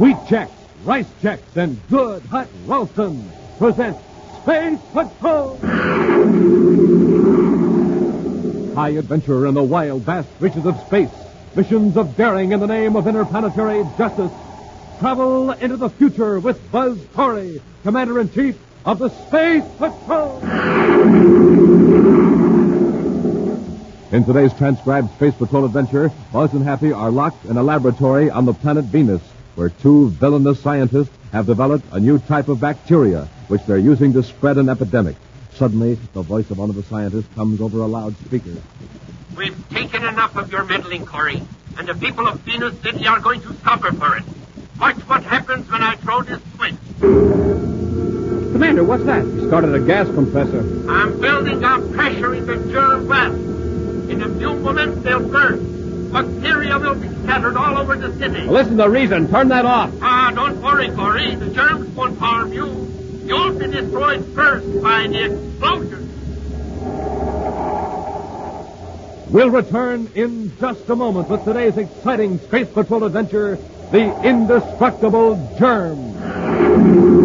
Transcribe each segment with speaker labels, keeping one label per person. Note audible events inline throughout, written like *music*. Speaker 1: Wheat checks, rice checks, and good hot Ralston presents Space Patrol. High adventure in the wild, vast reaches of space. Missions of daring in the name of interplanetary justice. Travel into the future with Buzz Corey, Commander in Chief of the Space Patrol. In today's transcribed Space Patrol adventure, Buzz and Happy are locked in a laboratory on the planet Venus, where two villainous scientists have developed a new type of bacteria, which they're using to spread an epidemic. Suddenly, the voice of one of the scientists comes over a loudspeaker.
Speaker 2: We've taken enough of your meddling, Corey, and the people of Venus City are going to suffer for it. Watch what happens when I throw this switch.
Speaker 1: Commander, what's that? He started a gas compressor.
Speaker 2: I'm building up pressure in the germ well. In a few moments, they'll burst. Bacteria will be scattered all over the city.
Speaker 1: Listen to reason. Turn that off.
Speaker 2: Ah, don't worry, Corey. The germs won't harm you. You'll be destroyed first by the explosion.
Speaker 1: We'll return in just a moment with today's exciting Space Patrol adventure, The Indestructible Germ.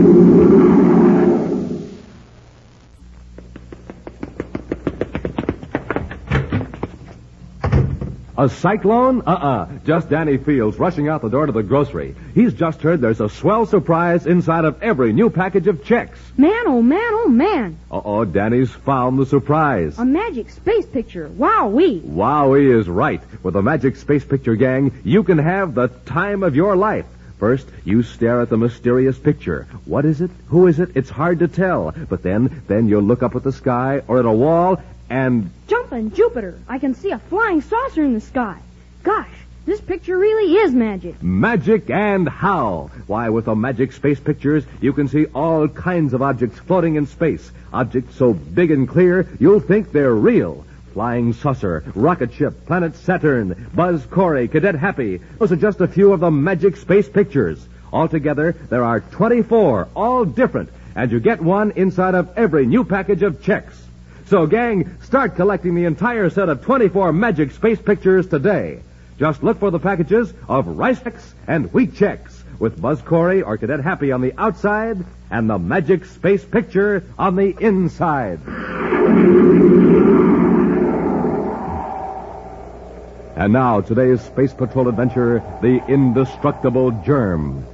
Speaker 1: A cyclone? Uh-uh. Just Danny Fields rushing out the door to the grocery. He's just heard there's a swell surprise inside of every new package of checks.
Speaker 3: Man, oh man, oh man.
Speaker 1: Uh-oh, Danny's found the surprise.
Speaker 3: A magic space picture. Wow, we.
Speaker 1: Wowie is right. With the Magic Space Picture Gang, you can have the time of your life. First, you stare at the mysterious picture. What is it? Who is it? It's hard to tell. But then, then you'll look up at the sky or at a wall and
Speaker 3: Jumpin' Jupiter. I can see a flying saucer in the sky. Gosh, this picture really is magic.
Speaker 1: magic and how. Why, with the Magic Space Pictures, you can see all kinds of objects floating in space. Objects so big and clear, you'll think they're real. Flying saucer, rocket ship, planet Saturn, Buzz Corey, Cadet Happy. Those are just a few of the Magic Space Pictures. Altogether, there are 24, all different, and you get one inside of every new package of checks. So, gang, start collecting the entire set of 24 Magic Space Pictures today. Just look for the packages of rice checks and wheat checks with Buzz Corey or Cadet Happy on the outside and the Magic Space Picture on the inside. And now, today's Space Patrol adventure, The Indestructible Germ.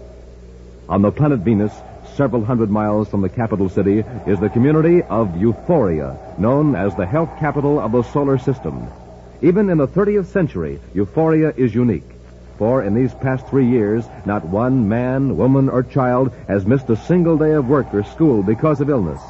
Speaker 1: On the planet Venus, several hundred miles from the capital city, is the community of Euphoria, known as the health capital of the solar system. Even in the 30th century, Euphoria is unique. For in these past three years, not one man, woman, or child has missed a single day of work or school because of illness.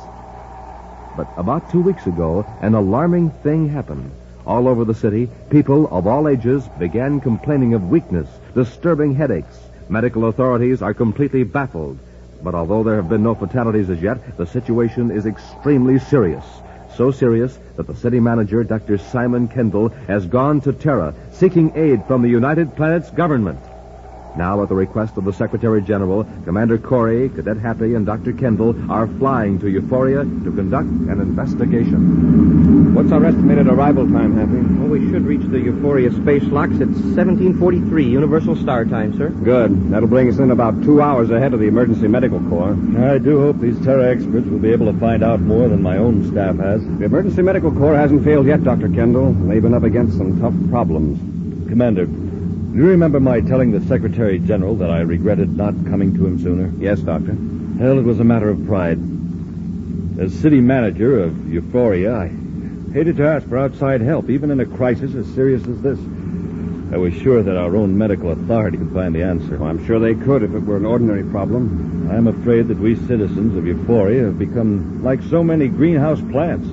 Speaker 1: But about two weeks ago, an alarming thing happened. All over the city, people of all ages began complaining of weakness, disturbing headaches. Medical authorities are completely baffled. But although there have been no fatalities as yet, the situation is extremely serious. So serious that the city manager, Dr. Simon Kendall, has gone to Terra seeking aid from the United Planets government. Now, at the request of the Secretary General, Commander Corey, Cadet Happy, and Dr. Kendall are flying to Euphoria to conduct an investigation.
Speaker 4: What's our estimated arrival time, Happy? Well, we should reach the Euphoria space locks at 1743 Universal Star Time, sir.
Speaker 1: Good. That'll bring us in about two hours ahead of the Emergency Medical Corps.
Speaker 5: I do hope these Terra experts will be able to find out more than my own staff has.
Speaker 1: The Emergency Medical Corps hasn't failed yet, Dr. Kendall. They've been up against some tough problems.
Speaker 5: Commander, do you remember my telling the Secretary General that I regretted not coming to him sooner?
Speaker 1: Yes, Doctor.
Speaker 5: Well, it was a matter of pride. As city manager of Euphoria, I hated to ask for outside help, even in a crisis as serious as this. I was sure that our own medical authority could find the answer.
Speaker 1: I'm sure they could if it were an ordinary problem.
Speaker 5: I'm afraid that we citizens of Euphoria have become like so many greenhouse plants.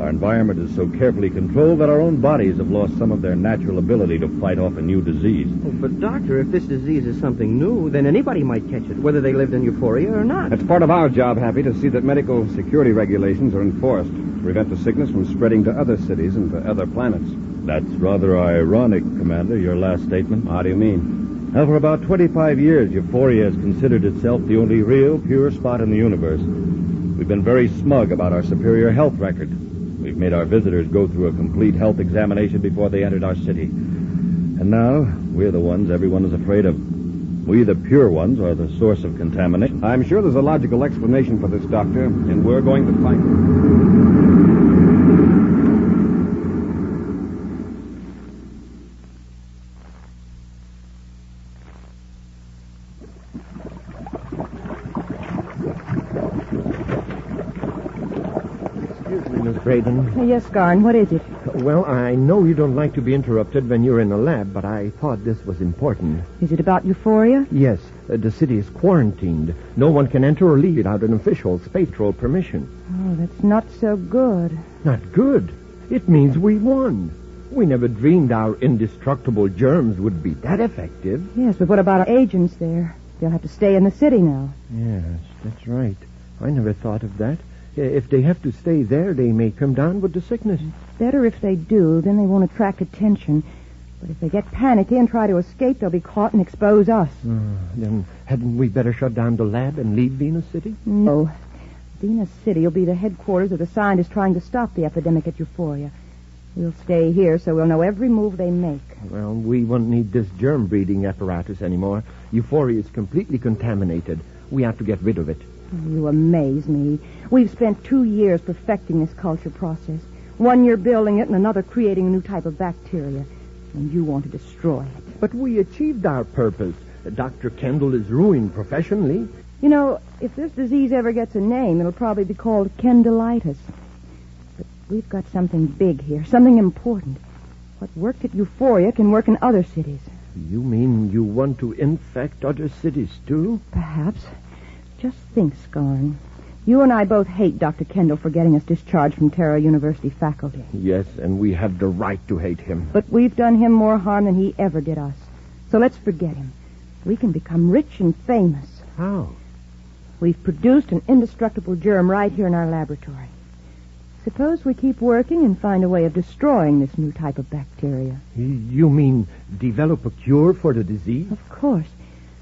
Speaker 5: Our environment is so carefully controlled that our own bodies have lost some of their natural ability to fight off a new disease.
Speaker 4: Oh, but, Doctor, if this disease is something new, then anybody might catch it, whether they lived in Euphoria or not.
Speaker 1: That's part of our job, Happy, to see that medical security regulations are enforced to prevent the sickness from spreading to other cities and to other planets.
Speaker 5: That's rather ironic, Commander, your last statement.
Speaker 1: How do you mean?
Speaker 5: Now, for about 25 years, Euphoria has considered itself the only real, pure spot in the universe. We've been very smug about our superior health record. We've made our visitors go through a complete health examination before they entered our city. And now, we're the ones everyone is afraid of.
Speaker 1: We, the pure ones, are the source of contamination.
Speaker 6: I'm sure there's a logical explanation for this, Doctor, and we're going to find it.
Speaker 4: Excuse me, Miss Braden.
Speaker 7: Yes, Garn, what is it?
Speaker 4: Well, I know you don't like to be interrupted when you're in the lab, but I thought this was important.
Speaker 7: Is it about euphoria?
Speaker 4: Yes, uh, the city is quarantined. No one can enter or leave without an official space patrol permission.
Speaker 7: Oh, that's not so good.
Speaker 4: Not good. It means we won. We never dreamed our indestructible germs would be that effective.
Speaker 7: Yes, but what about our agents there? They'll have to stay in the city now.
Speaker 4: Yes, that's right. I never thought of that. I- If they have to stay there, they may come down with the sickness.
Speaker 7: Better if they do, then they won't attract attention. But if they get panicky and try to escape, they'll be caught and expose us.
Speaker 4: Mm, Then hadn't we better shut down the lab and leave Venus City?
Speaker 7: No. Venus City will be the headquarters of the scientists trying to stop the epidemic at euphoria. We'll stay here so we'll know every move they make.
Speaker 4: Well, we won't need this germ breeding apparatus anymore. Euphoria is completely contaminated. We have to get rid of it.
Speaker 7: You amaze me. We've spent two years perfecting this culture process. One year building it and another creating a new type of bacteria. And you want to destroy it.
Speaker 4: But we achieved our purpose. Dr. Kendall is ruined professionally.
Speaker 7: You know, if this disease ever gets a name, it'll probably be called kendalitis. But we've got something big here, something important. What worked at Euphoria can work in other cities.
Speaker 4: You mean you want to infect other cities, too?
Speaker 7: Perhaps. Just think, Scarn. You and I both hate Dr. Kendall for getting us discharged from Terra University faculty.
Speaker 4: Yes, and we have the right to hate him.
Speaker 7: But we've done him more harm than he ever did us. So let's forget him. We can become rich and famous.
Speaker 4: How?
Speaker 7: We've produced an indestructible germ right here in our laboratory. Suppose we keep working and find a way of destroying this new type of bacteria.
Speaker 4: You mean develop a cure for the disease?
Speaker 7: Of course.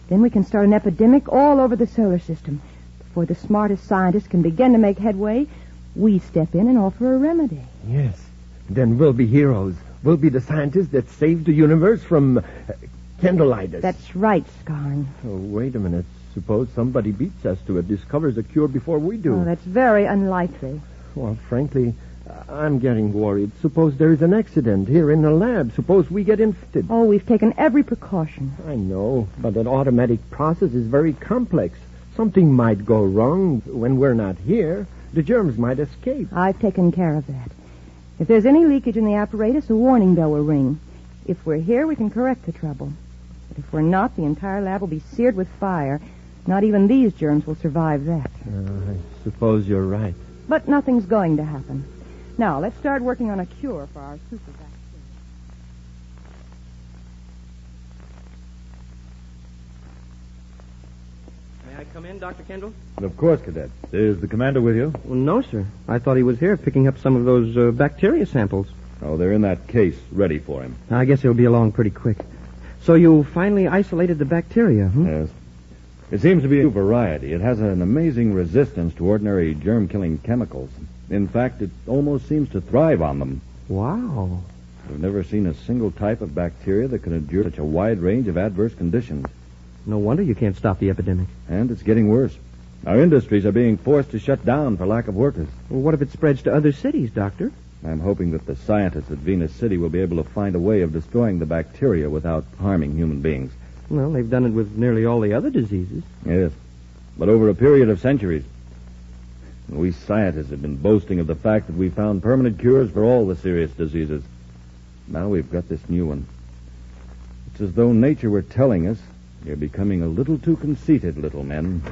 Speaker 7: Then we can start an epidemic all over the solar system. Before the smartest scientists can begin to make headway, we step in and offer a remedy.
Speaker 4: Yes. Then we'll be heroes. We'll be the scientists that saved the universe from uh, candleitis.
Speaker 7: That's right, Scarn.
Speaker 4: Oh, wait a minute. Suppose somebody beats us to it, discovers a cure before we do.
Speaker 7: Oh, that's very unlikely.
Speaker 4: Well, frankly, I- I'm getting worried. Suppose there is an accident here in the lab. Suppose we get infected.
Speaker 7: Oh, we've taken every precaution.
Speaker 4: I know, but an automatic process is very complex. Something might go wrong when we're not here. The germs might escape.
Speaker 6: Ah.
Speaker 7: I've taken care of that. If there's any leakage in the apparatus, a warning bell will ring. If we're here, we can correct the trouble. But if we're not, the entire lab will be seared with fire. Not even these germs will survive that.
Speaker 4: Uh, I suppose you're right.
Speaker 7: But nothing's going to happen. Now, let's start working on a cure for our super vaccine.
Speaker 6: May I come in, Dr. Kendall?
Speaker 1: And of course, Cadet. Is the commander with you?
Speaker 6: Well, no, sir. I thought he was here picking up some of those uh, bacteria samples.
Speaker 1: Oh, they're in that case, ready for him.
Speaker 6: I guess he'll be along pretty quick. So you finally isolated the bacteria, hmm?
Speaker 1: Yes. It seems to be a new variety. It has an amazing resistance to ordinary germ killing chemicals. In fact, it almost seems to thrive on them.
Speaker 6: Wow.
Speaker 1: I've never seen a single type of bacteria that can endure such a wide range of adverse conditions.
Speaker 6: No wonder you can't stop the epidemic.
Speaker 1: And it's getting worse. Our industries are being forced to shut down for lack of workers.
Speaker 6: Well, what if it spreads to other cities, Doctor?
Speaker 1: I'm hoping that the scientists at Venus City will be able to find a way of destroying the bacteria without harming human beings.
Speaker 6: Well, they've done it with nearly all the other diseases.
Speaker 1: Yes. But over a period of centuries, we scientists have been boasting of the fact that we found permanent cures for all the serious diseases. Now we've got this new one. It's as though nature were telling us you're becoming a little too conceited, little men.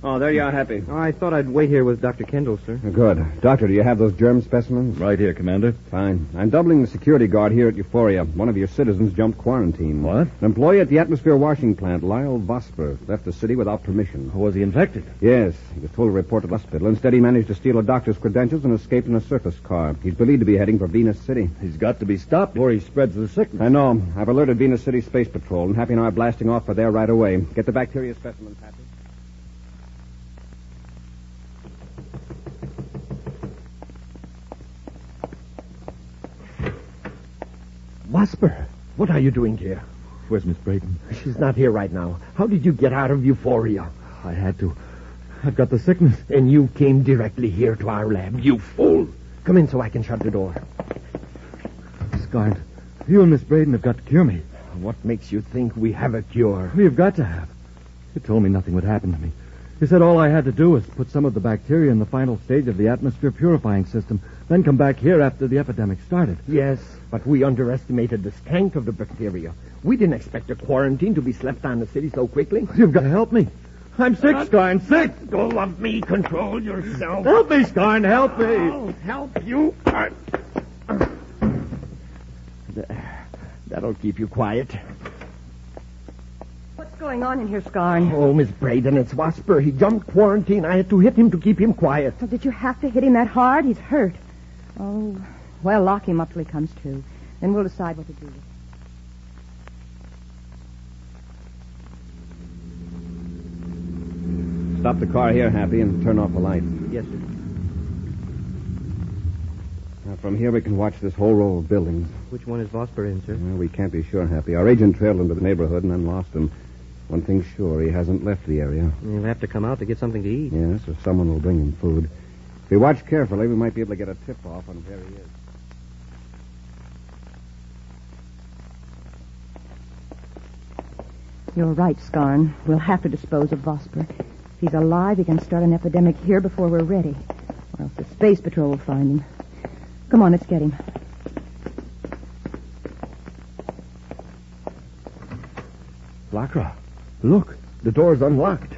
Speaker 6: Oh, there you are, Happy. I thought I'd wait here with Dr. Kendall, sir.
Speaker 1: Good.
Speaker 8: Doctor, do you have those germ specimens?
Speaker 1: Right here, Commander.
Speaker 8: Fine. I'm doubling the security guard here at Euphoria. One of your citizens jumped quarantine.
Speaker 1: What?
Speaker 8: An employee at the atmosphere washing plant, Lyle Vosper, left the city without permission.
Speaker 1: Oh, Was he infected?
Speaker 8: Yes, he was told to report to the hospital. Instead, he managed to steal a doctor's credentials and escape in a surface car. He's believed to be heading for Venus City.
Speaker 1: He's got to be stopped before he spreads the sickness.
Speaker 8: I know. I've alerted Venus City Space Patrol, and Happy and I are blasting off for there right away. Get the bacteria specimens, Happy.
Speaker 4: Wasper, what are you doing here?
Speaker 9: Where's Miss Brayton?
Speaker 4: She's not here right now. How did you get out of euphoria?
Speaker 9: I had to. I've got the sickness.
Speaker 4: And you came directly here to our lab.
Speaker 9: You fool!
Speaker 4: Come in so I can shut the door.
Speaker 9: Scarlet, you and Miss Braden have got to cure me.
Speaker 4: What makes you think we have a cure?
Speaker 9: We've got to have. You told me nothing would happen to me. You said all I had to do was put some of the bacteria in the final stage of the atmosphere purifying system, then come back here after the epidemic started.
Speaker 4: Yes, but we underestimated the strength of the bacteria. We didn't expect a quarantine to be slapped on the city so quickly.
Speaker 9: You've got to help me. I'm sick, Skarn, sick.
Speaker 4: Go of me, control yourself.
Speaker 9: Help me, Skarn, help me.
Speaker 4: help you. There. That'll keep you quiet.
Speaker 7: What's going on in here, Scarn?
Speaker 4: Oh, Miss Braden, it's Wasper. He jumped quarantine. I had to hit him to keep him quiet.
Speaker 7: Well, did you have to hit him that hard? He's hurt. Oh, well, lock him up till he comes to. Then we'll decide what to do.
Speaker 10: Stop the car here, Happy, and turn off the light.
Speaker 4: Yes, sir.
Speaker 10: Now, from here, we can watch this whole row of buildings.
Speaker 11: Which one is Vosper in, sir?
Speaker 10: Well, we can't be sure, Happy. Our agent trailed him to the neighborhood and then lost him. One thing's sure, he hasn't left the area.
Speaker 11: He'll have to come out to get something to eat.
Speaker 10: Yes, or someone will bring him food. If we watch carefully, we might be able to get a tip off on where he is.
Speaker 7: You're right, Scarn. We'll have to dispose of Vosper. If he's alive, he can start an epidemic here before we're ready. Or else the space patrol will find him. Come on, let's get him.
Speaker 4: Lacra, look. The door's unlocked.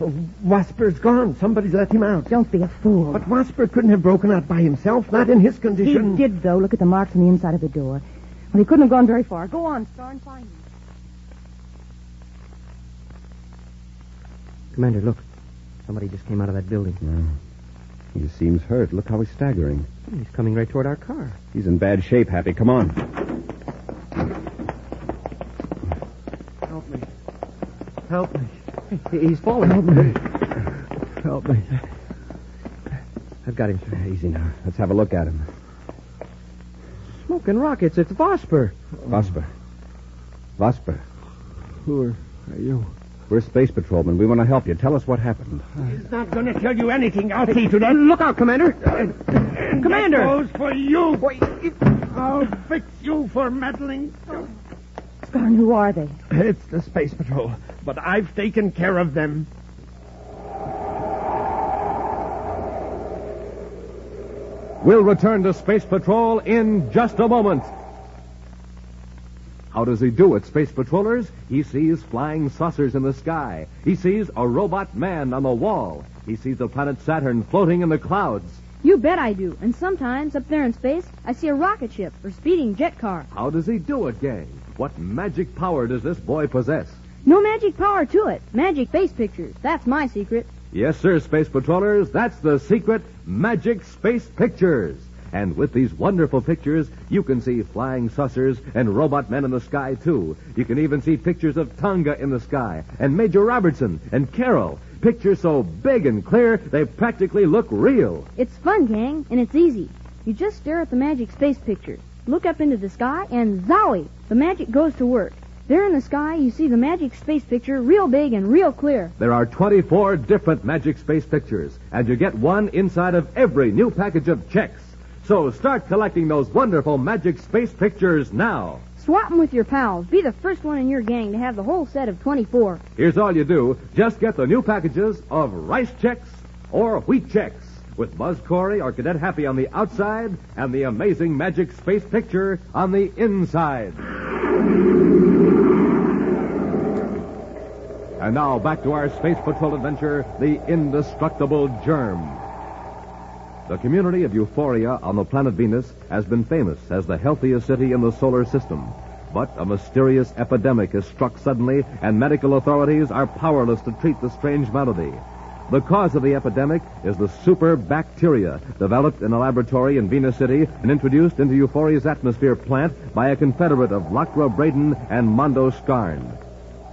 Speaker 4: Oh, Wasper's gone. Somebody's let him out.
Speaker 7: Don't be a fool.
Speaker 4: But Wasper couldn't have broken out by himself, not in his
Speaker 7: he
Speaker 4: condition.
Speaker 7: did, though. Look at the marks on the inside of the door. Well, he couldn't have gone very far. Go on, Scarn, find him.
Speaker 11: Commander, look. Somebody just came out of that building.
Speaker 10: He seems hurt. Look how he's staggering.
Speaker 11: He's coming right toward our car.
Speaker 10: He's in bad shape, Happy. Come on.
Speaker 9: Help me. Help me.
Speaker 11: He's
Speaker 1: Oh,
Speaker 11: falling.
Speaker 9: Help me. Help me.
Speaker 11: I've got him, sir.
Speaker 10: Easy now. Let's have a look at him.
Speaker 11: Smoking rockets. It's Vosper.
Speaker 10: Vosper. Vosper.
Speaker 9: Who are are you?
Speaker 10: We're space patrolmen. We want to help you. Tell us what happened.
Speaker 4: He's not going to tell you anything. I'll see to that. Look out, Commander. Commander. goes for you. Wait. I'll fix you for meddling.
Speaker 7: Scarn, who are they?
Speaker 4: It's the space patrol, but I've taken care of them.
Speaker 1: We'll return to Space Patrol in just a moment. How does he do it, Space Patrollers? He sees flying saucers in the sky. He sees a robot man on the wall. He sees the planet Saturn floating in the clouds.
Speaker 3: You bet I do. And sometimes, up there in space, I see a rocket ship or speeding jet car.
Speaker 1: How does he do it, gang? What magic power does this boy possess?
Speaker 3: No magic power to it. Magic face pictures. That's my secret.
Speaker 1: Yes, sir, Space Patrollers, that's the secret magic space pictures. And with these wonderful pictures, you can see flying saucers and robot men in the sky, too. You can even see pictures of Tonga in the sky, and Major Robertson, and Carol. Pictures so big and clear, they practically look real.
Speaker 3: It's fun, gang, and it's easy. You just stare at the magic space picture, look up into the sky, and zowie! The magic goes to work. There in the sky, you see the magic space picture real big and real clear.
Speaker 1: There are 24 different magic space pictures, and you get one inside of every new package of checks. So start collecting those wonderful magic space pictures now.
Speaker 3: Swap 'em with your pals. Be the first one in your gang to have the whole set of 24.
Speaker 1: Here's all you do. Just get the new packages of rice checks or wheat checks with Buzz Corey or Cadet Happy on the outside and the amazing magic space picture on the inside. And now back to our Space Patrol adventure, The Indestructible Germ. The community of Euphoria on the planet Venus has been famous as the healthiest city in the solar system. But a mysterious epidemic has struck suddenly, and medical authorities are powerless to treat the strange malady. The cause of the epidemic is the super bacteria developed in a laboratory in Venus City and introduced into Euphoria's atmosphere plant by a confederate of Lacra Braden and Mondo Skarn.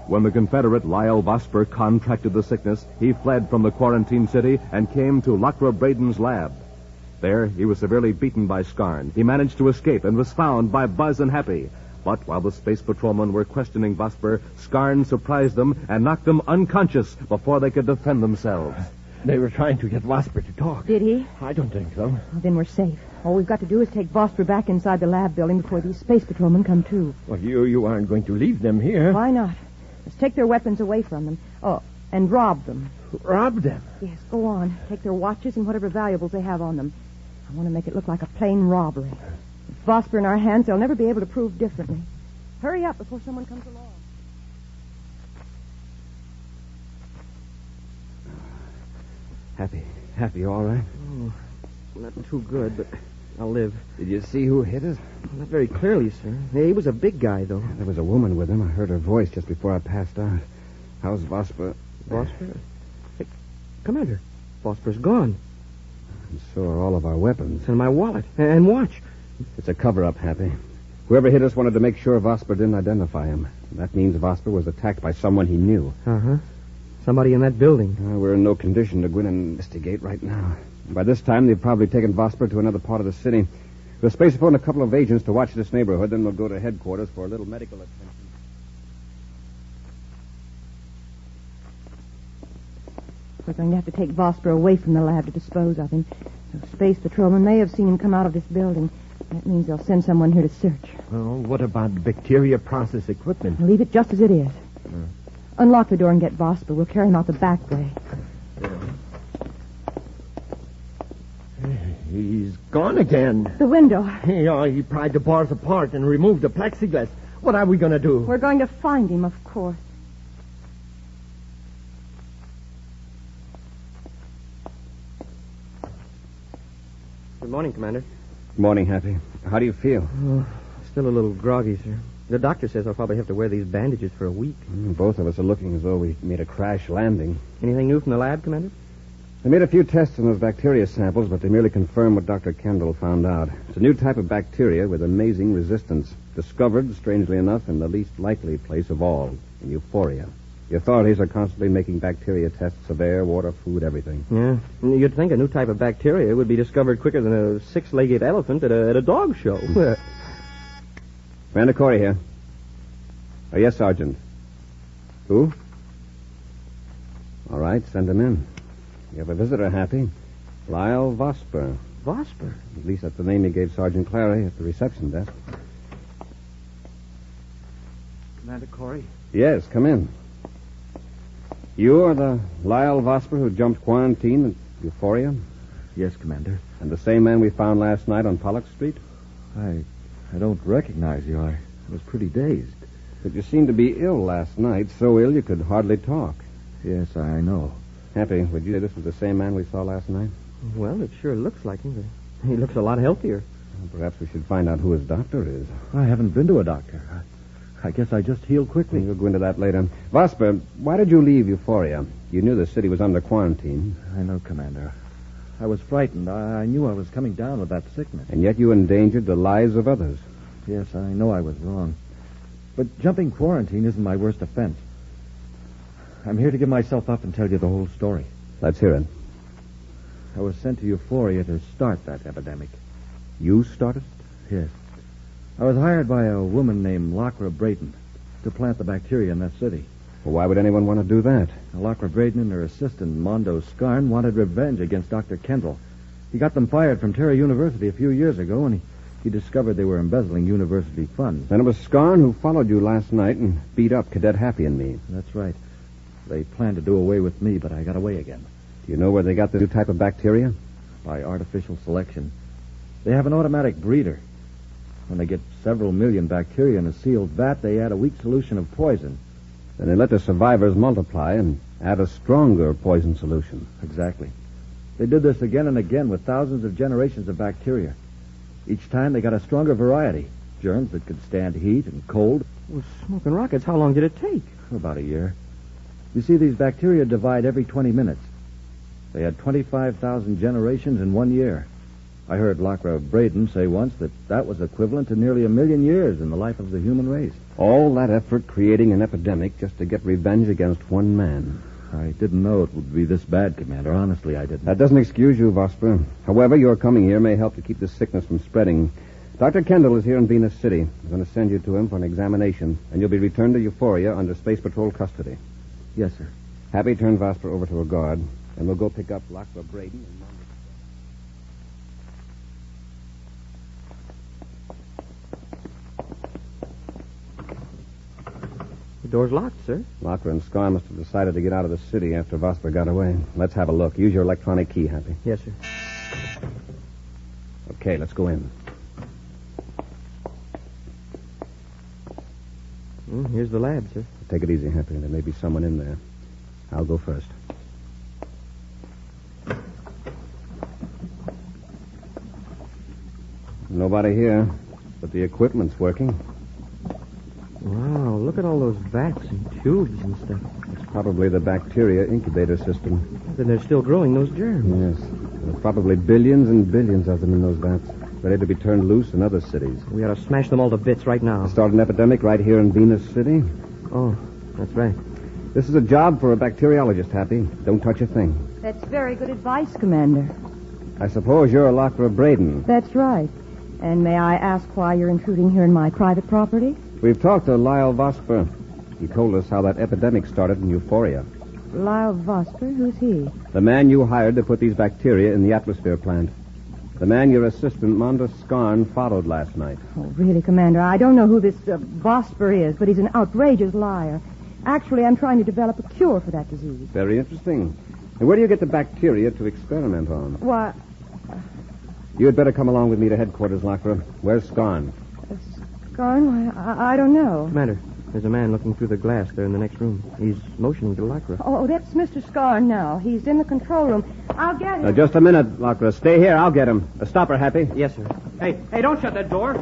Speaker 1: When the Confederate Lyle Vosper contracted the sickness, he fled from the quarantine city and came to Lacra Braden's lab. There, he was severely beaten by Skarn. He managed to escape and was found by Buzz and Happy.
Speaker 12: But while the space patrolmen were questioning Vosper, Skarn surprised them and knocked them unconscious before they could defend themselves.
Speaker 13: They were trying to get Vosper to talk.
Speaker 7: Did he?
Speaker 13: I don't think so.
Speaker 7: Well, then we're safe. All we've got to do is take Vosper back inside the lab building before these space patrolmen come to.
Speaker 13: Well, you you aren't going to leave them here.
Speaker 7: *laughs* Why not? Let's take their weapons away from them. Oh, and rob them.
Speaker 13: Rob them.
Speaker 7: Yes, go on. Take their watches and whatever valuables they have on them. I want to make it look like a plain robbery. With Vosper in our hands, they'll never be able to prove differently. Hurry up before someone comes along.
Speaker 14: Happy. Happy, you all right?
Speaker 15: Oh, not too good, but I'll live.
Speaker 14: Did you see who hit us?
Speaker 15: Not very clearly, sir. He was a big guy, though.
Speaker 1: There was a woman with him. I heard her voice just before I passed out. How's Vosper?
Speaker 15: Vosper? Hey, Commander, Vosper's gone.
Speaker 1: And so are all of our weapons.
Speaker 15: And my wallet. And watch.
Speaker 1: It's a cover-up, Happy. Whoever hit us wanted to make sure Vosper didn't identify him. That means Vosper was attacked by someone he knew.
Speaker 15: Uh-huh. Somebody in that building.
Speaker 1: Uh, we're in no condition to go in and investigate right now. By this time, they've probably taken Vosper to another part of the city. We'll space upon a couple of agents to watch this neighborhood, then we'll go to headquarters for a little medical attention.
Speaker 7: We're going to have to take Vosper away from the lab to dispose of him. Those space patrolmen may have seen him come out of this building. That means they'll send someone here to search.
Speaker 13: Well, what about bacteria process equipment?
Speaker 7: Leave it just as it is.
Speaker 13: Hmm.
Speaker 7: Unlock the door and get Vosper. We'll carry him out the back way.
Speaker 13: He's gone again.
Speaker 7: The window.
Speaker 13: Yeah, he pried the bars apart and removed the plexiglass. What are we going to do?
Speaker 7: We're going to find him, of course.
Speaker 14: Good morning, Commander.
Speaker 1: Morning, Happy. How do you feel?
Speaker 14: Oh, still a little groggy, sir. The doctor says I'll probably have to wear these bandages for a week.
Speaker 1: Mm, Both of us are looking as though we made a crash landing.
Speaker 14: Anything new from the lab, Commander?
Speaker 1: They made a few tests on those bacteria samples, but they merely confirm what Dr. Kendall found out. It's a new type of bacteria with amazing resistance, discovered, strangely enough, in the least likely place of all, in euphoria. The authorities are constantly making bacteria tests of air, water, food, everything.
Speaker 14: Yeah. You'd think a new type of bacteria would be discovered quicker than a six-legged elephant at a, at a dog
Speaker 4: *laughs*
Speaker 14: show.
Speaker 1: Commander Corey here. Oh, yes, Sergeant. Who? All right, send him in. You have a visitor, Happy. Lyle Vosper.
Speaker 14: Vosper?
Speaker 1: At least that's the name he gave Sergeant Clary at the reception desk.
Speaker 15: Commander Corey?
Speaker 1: Yes, come in. You are the Lyle Vosper who jumped quarantine at Euphoria,
Speaker 4: Yes, Commander.
Speaker 1: and the same man we found last night on Pollock Street?
Speaker 4: I I don't recognize you. I, I was pretty dazed.
Speaker 1: But you seemed to be ill last night, so ill you could hardly talk.
Speaker 4: Yes, I know.
Speaker 1: Happy, would you say this was the same man we saw last night?
Speaker 14: Well, it sure looks like him, but he looks a lot healthier.
Speaker 1: Well, Perhaps we should find out who his doctor is.
Speaker 4: I haven't been to a doctor. I, I guess I just healed
Speaker 14: Mm.
Speaker 4: quickly.
Speaker 1: We'll go into that later. Vosper, why did you leave Euphoria? You knew the city was under quarantine,
Speaker 4: I know, Commander. I was frightened. I, I knew I was coming down with that sickness.
Speaker 1: and yet you endangered the lives of others.
Speaker 4: Yes, I know I was wrong. But jumping quarantine isn't my worst offense. I'm here to give myself up and tell you the whole story.
Speaker 1: Let's hear it.
Speaker 4: I was sent to Euphoria to start that epidemic.
Speaker 1: You started?
Speaker 4: Yes. I was hired by a woman named Lacra Brayton to plant the bacteria in that city.
Speaker 1: Well, why would anyone want to do that?
Speaker 4: Lacra Braden and her assistant, Mondo Skarn, wanted revenge against Dr. Kendall. He got them fired from Terra University a few years ago, and he, he discovered they were embezzling university funds.
Speaker 1: Then it was Skarn who followed you last night and beat up Cadet Happy and me.
Speaker 4: That's right. They planned to do away with me, but I got away again
Speaker 1: Do you know where they got this new type of bacteria?
Speaker 4: by artificial selection. They have an automatic breeder. When they get several million bacteria in a sealed vat, they add a weak solution of poison.
Speaker 1: Then they let the survivors multiply and add a stronger poison solution.
Speaker 4: Exactly. They did this again and again with thousands of generations of bacteria. Each time they got a stronger variety, germs that could stand heat and cold
Speaker 14: Well, smoking rockets, how long did it take?
Speaker 4: for about a year. You see, these bacteria divide every 20 minutes. They had 25,000 generations in one year. I heard Lacra Braden say once that that was equivalent to nearly a million years in the life of the human race.
Speaker 1: All that effort creating an epidemic just to get revenge against one man.
Speaker 4: I didn't know it would be this bad, Commander. Honestly, I didn't.
Speaker 1: That doesn't excuse you, Vosper. However, your coming here may help to keep this sickness from spreading. Dr. Kendall is here in Venus City. I'm going to send you to him for an examination, and you'll be returned to Euphoria under Space Patrol custody.
Speaker 16: Yes, sir.
Speaker 1: Happy, turn Vosper over to a guard, and we'll go pick up Lockwood Braden.
Speaker 17: The door's locked, sir.
Speaker 1: Locker and Scar must have decided to get out of the city after Vosper got away. Let's have a look. Use your electronic key, Happy.
Speaker 17: Yes, sir.
Speaker 1: Okay, let's go in.
Speaker 17: Mm, here's the lab, sir.
Speaker 1: Take it easy, Happy. There may be someone in there. I'll go first. Nobody here, but the equipment's working.
Speaker 17: Wow, look at all those vats and tubes and stuff.
Speaker 1: It's probably the bacteria incubator system.
Speaker 17: Then they're still growing those germs.
Speaker 1: Yes. There are probably billions and billions of them in those vats, ready to be turned loose in other cities.
Speaker 17: We ought to smash them all to bits right now.
Speaker 1: Start an epidemic right here in Venus City.
Speaker 17: Oh, that's right.
Speaker 1: This is a job for a bacteriologist, Happy. Don't touch a thing.
Speaker 7: That's very good advice, Commander.
Speaker 1: I suppose you're a Lockra Braden.
Speaker 7: That's right. And may I ask why you're intruding here in my private property?
Speaker 1: We've talked to Lyle Vosper. He told us how that epidemic started in Euphoria.
Speaker 7: Lyle Vosper, who's he?
Speaker 1: The man you hired to put these bacteria in the atmosphere plant. The man your assistant, Mondo Scarn, followed last night.
Speaker 7: Oh, really, Commander, I don't know who this uh, Vosper is, but he's an outrageous liar. Actually, I'm trying to develop a cure for that disease.
Speaker 1: Very interesting. And where do you get the bacteria to experiment on?
Speaker 7: Why,
Speaker 1: You had better come along with me to headquarters, Lockra. Where's Scarn?
Speaker 7: Garn, why, I, I don't know.
Speaker 17: Commander, there's a man looking through the glass there in the next room. He's motioning to Lacra.
Speaker 7: Oh, that's Mr. Scarn now. He's in the control room. I'll get him.
Speaker 1: Now, uh, just a minute, Lockra. Stay here. I'll get him. A stopper, Happy.
Speaker 17: Yes, sir.
Speaker 18: Hey, hey, don't shut that door.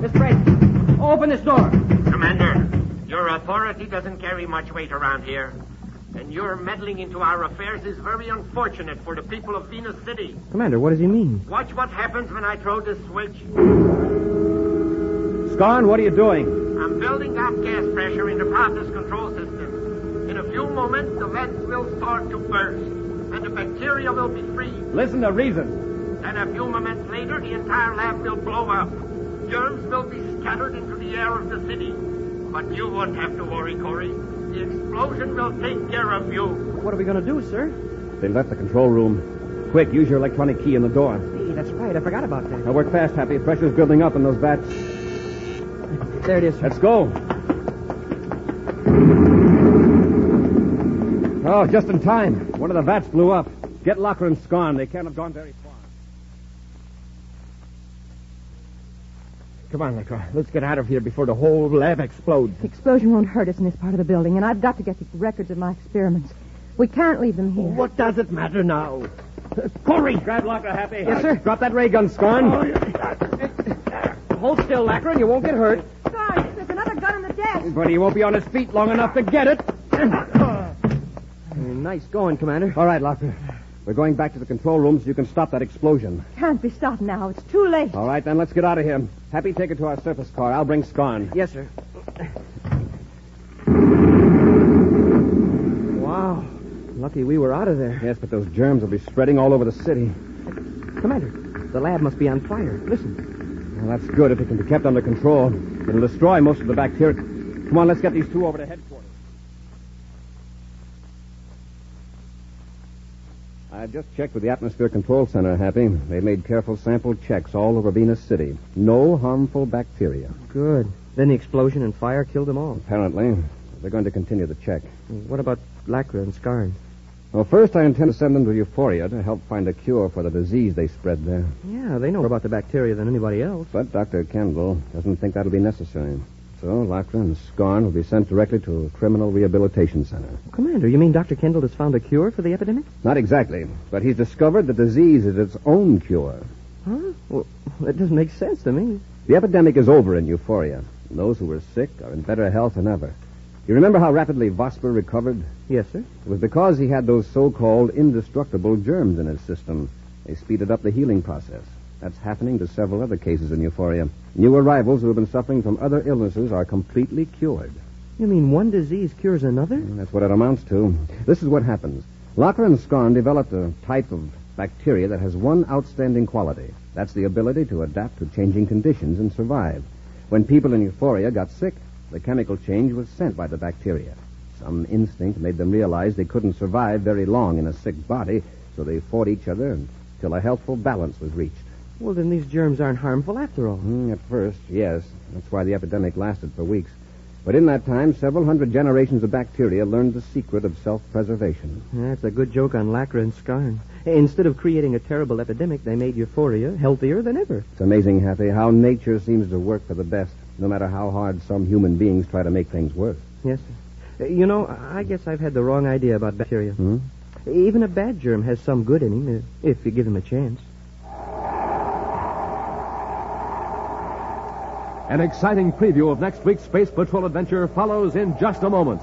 Speaker 18: Miss Braden, open this door.
Speaker 2: Commander, your authority doesn't carry much weight around here. And your meddling into our affairs is very unfortunate for the people of Venus City.
Speaker 17: Commander, what does he mean?
Speaker 2: Watch what happens when I throw this switch.
Speaker 1: Scarn, what are you doing?
Speaker 2: I'm building up gas pressure in the process control system. In a few moments, the vents will start to burst, and the bacteria will be free.
Speaker 1: Listen to reason.
Speaker 2: Then a few moments later, the entire lab will blow up. Germs will be scattered into the air of the city. But you won't have to worry, Corey. The explosion will take care of you.
Speaker 17: What are we going to do, sir?
Speaker 1: They left the control room. Quick, use your electronic key in the door.
Speaker 17: Hey, that's right. I forgot about that.
Speaker 1: Now work fast, Happy. Pressure's building up in those vats.
Speaker 17: There it is, sir.
Speaker 1: Let's go. Oh, just in time. One of the vats blew up. Get Locker and Scarn. They can't have gone very far.
Speaker 18: Come on, Lacroix. Let's get out of here before the whole lab explodes.
Speaker 7: The explosion won't hurt us in this part of the building, and I've got to get the records of my experiments. We can't leave them here.
Speaker 18: What does it matter now? Corey! Grab Locker, happy. Yes, sir.
Speaker 1: Drop that ray gun, Scarn.
Speaker 18: Hold still, Lacra, and you won't get hurt.
Speaker 7: Scarn, there's another gun on the desk.
Speaker 1: But he won't be on his feet long enough to get it.
Speaker 17: Nice going, Commander.
Speaker 1: All right, Locker. We're going back to the control room so you can stop that explosion.
Speaker 7: Can't be stopped now. It's too late.
Speaker 1: All right, then let's get out of here. Happy, take it to our surface car. I'll bring Scarn.
Speaker 17: Yes, sir. Wow. Lucky we were out of there.
Speaker 1: Yes, but those germs will be spreading all over the city.
Speaker 17: Commander, the lab must be on fire. Listen.
Speaker 1: Well, that's good if it can be kept under control. It'll destroy most of the bacteria. Come on, let's get these two over to headquarters. I've just checked with the Atmosphere Control Center, Happy. They made careful sample checks all over Venus City. No harmful bacteria.
Speaker 17: Good. Then the explosion and fire killed them all.
Speaker 1: Apparently, they're going to continue the check.
Speaker 17: What about Lacra and Scarn?
Speaker 1: Well, first, I intend to send them to Euphoria to help find a cure for the disease they spread there.
Speaker 17: Yeah, they know more about the bacteria than anybody else.
Speaker 1: But Dr. Kendall doesn't think that'll be necessary. So Lockra and Scarn will be sent directly to a criminal rehabilitation center.
Speaker 17: Commander, you mean Dr. Kendall has found a cure for the epidemic?
Speaker 1: Not exactly, but he's discovered the disease is its own cure.
Speaker 17: Huh? Well, that doesn't make sense to me.
Speaker 1: The epidemic is over in Euphoria. and Those who were sick are in better health than ever. You remember how rapidly Vosper recovered?
Speaker 17: Yes, sir.
Speaker 1: It was because he had those so-called indestructible germs in his system. They speeded up the healing process. That's happening to several other cases in Euphoria. New arrivals who have been suffering from other illnesses are completely cured.
Speaker 17: You mean one disease cures another?
Speaker 1: And That's what it amounts to. This is what happens. Locker and Scarn developed a type of bacteria that has one outstanding quality. That's the ability to adapt to changing conditions and survive. When people in euphoria got sick, the chemical change was sent by the bacteria. Some instinct made them realize they couldn't survive very long in a sick body, so they fought each other until a healthful balance was reached.
Speaker 17: Well, then these germs aren't harmful after all.
Speaker 1: Mm, at first, yes. That's why the epidemic lasted for weeks. But in that time, several hundred generations of bacteria learned the secret of self-preservation.
Speaker 17: That's a good joke on Lacra and Skarn. Instead of creating a terrible epidemic, they made euphoria healthier than ever.
Speaker 1: It's amazing, Happy, how nature seems to work for the best, no matter how hard some human beings try to make things worse.
Speaker 17: Yes, sir. Uh, You know, I guess I've had the wrong idea about bacteria.
Speaker 1: Hmm?
Speaker 17: Even a bad germ has some good in him, uh, if you give him a chance.
Speaker 4: An exciting preview of next week's Space Patrol adventure follows in just a moment.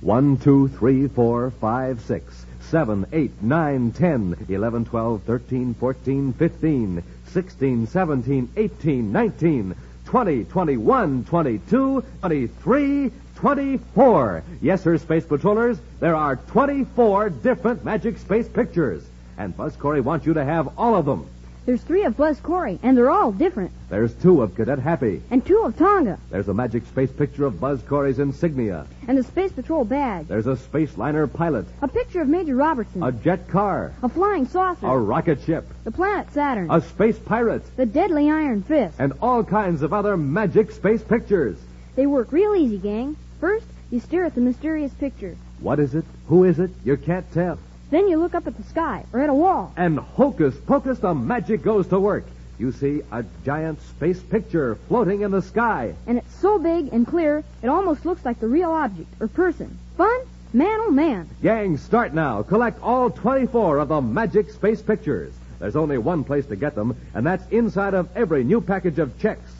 Speaker 4: One, two, three, four, five, six, seven, eight, nine, ten, eleven, twelve, thirteen, fourteen, fifteen, sixteen, seventeen, eighteen, nineteen, twenty, twenty-one, twenty-two, twenty-three, twenty-four. Yes, sir, Space Patrollers, there are 24 different Magic Space pictures. And Buzz Corey wants you to have all of them.
Speaker 3: There's three of Buzz Corey, and they're all different.
Speaker 4: There's two of Cadet Happy.
Speaker 3: And two of Tonga,
Speaker 4: There's a magic space picture of Buzz Corey's insignia.
Speaker 3: and a Space Patrol badge,
Speaker 4: There's a space liner pilot,
Speaker 3: a picture of Major Robertson,
Speaker 4: a jet car,
Speaker 3: a flying saucer,
Speaker 4: a rocket ship,
Speaker 3: the planet Saturn,
Speaker 4: a space pirate,
Speaker 3: the deadly Iron Fist.
Speaker 4: and all kinds of other magic space pictures.
Speaker 3: They work real easy, gang. First, you stare at the mysterious picture.
Speaker 4: What is it? Who is it? You can't tell.
Speaker 3: Then you look up at the sky or at a wall.
Speaker 4: And hocus pocus, the magic goes to work. You see a giant space picture floating in the sky.
Speaker 3: and it's so big and clear it almost looks like the real object or person. Fun? Man oh man.
Speaker 4: Gang, start now. Collect all 24 of the magic space pictures. There's only one place to get them, and that's inside of every new package of checks.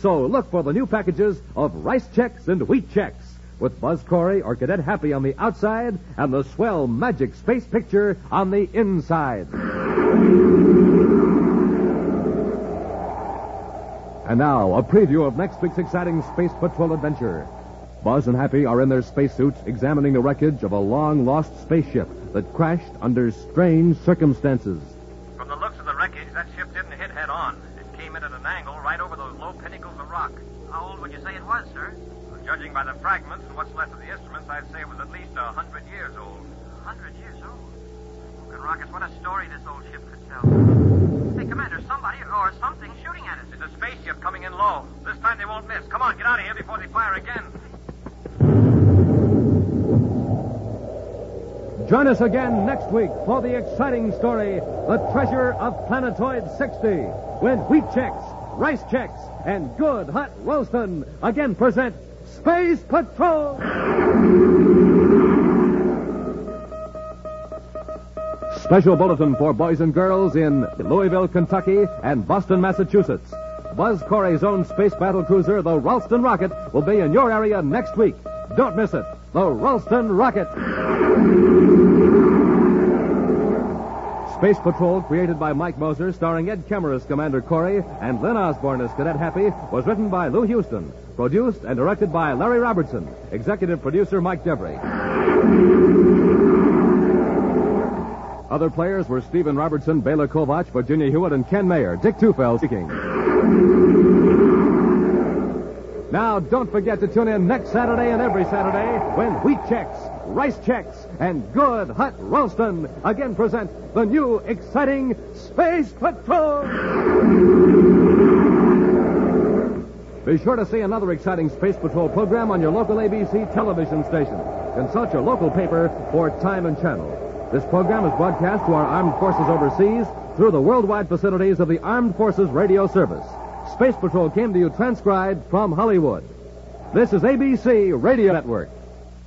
Speaker 4: So look for the new packages of rice checks and wheat checks with Buzz Corey or Cadet Happy on the outside and the swell magic space picture on the inside. And now, a preview of next week's exciting Space Patrol adventure. Buzz and Happy are in their spacesuits examining the wreckage of a long lost spaceship that crashed under strange circumstances.
Speaker 2: From the looks of the wreckage, that ship didn't hit head on. It came in at an angle right over those low pinnacles of rock. How old would you say it was, sir? Well, judging by the fragments and what's left of the instruments, I'd say it was at least a hundred years old. A hundred years old? Broken rockets, what a story this old ship could tell. Hey, Commander, somebody or something shooting at us. It's a spaceship coming in low. This time they won't miss. Come on, get out of here before they fire again.
Speaker 4: Join us again next week for the exciting story, The Treasure of Planetoid 60, when wheat checks, rice checks, and good hot roastin' again present Space Patrol! Special bulletin for boys and girls in Louisville, Kentucky and Boston, Massachusetts. Buzz Corey's own space battle cruiser, the Ralston Rocket, will be in your area next week. Don't miss it. The Ralston Rocket. Space Patrol, created by Mike Moser, starring Ed Kemmerer as Commander Corey and Lynn Osborne as Cadet Happy, was written by Lou Houston, produced and directed by Larry Robertson, executive producer Mike Devery. Other players were Stephen Robertson, Bela Kovach, Virginia Hewitt, and Ken Mayer. Dick Tufeld speaking. Now, don't forget to tune in next Saturday and every Saturday when wheat checks, rice checks, and good hot roastin' again present the new exciting Space Patrol. Be sure to see another exciting Space Patrol program on your local ABC television station. Consult your local paper for time and channel. This program is broadcast to our armed forces overseas through the worldwide facilities of the Armed Forces Radio Service. Space Patrol came to you transcribed from Hollywood. This is ABC Radio Network.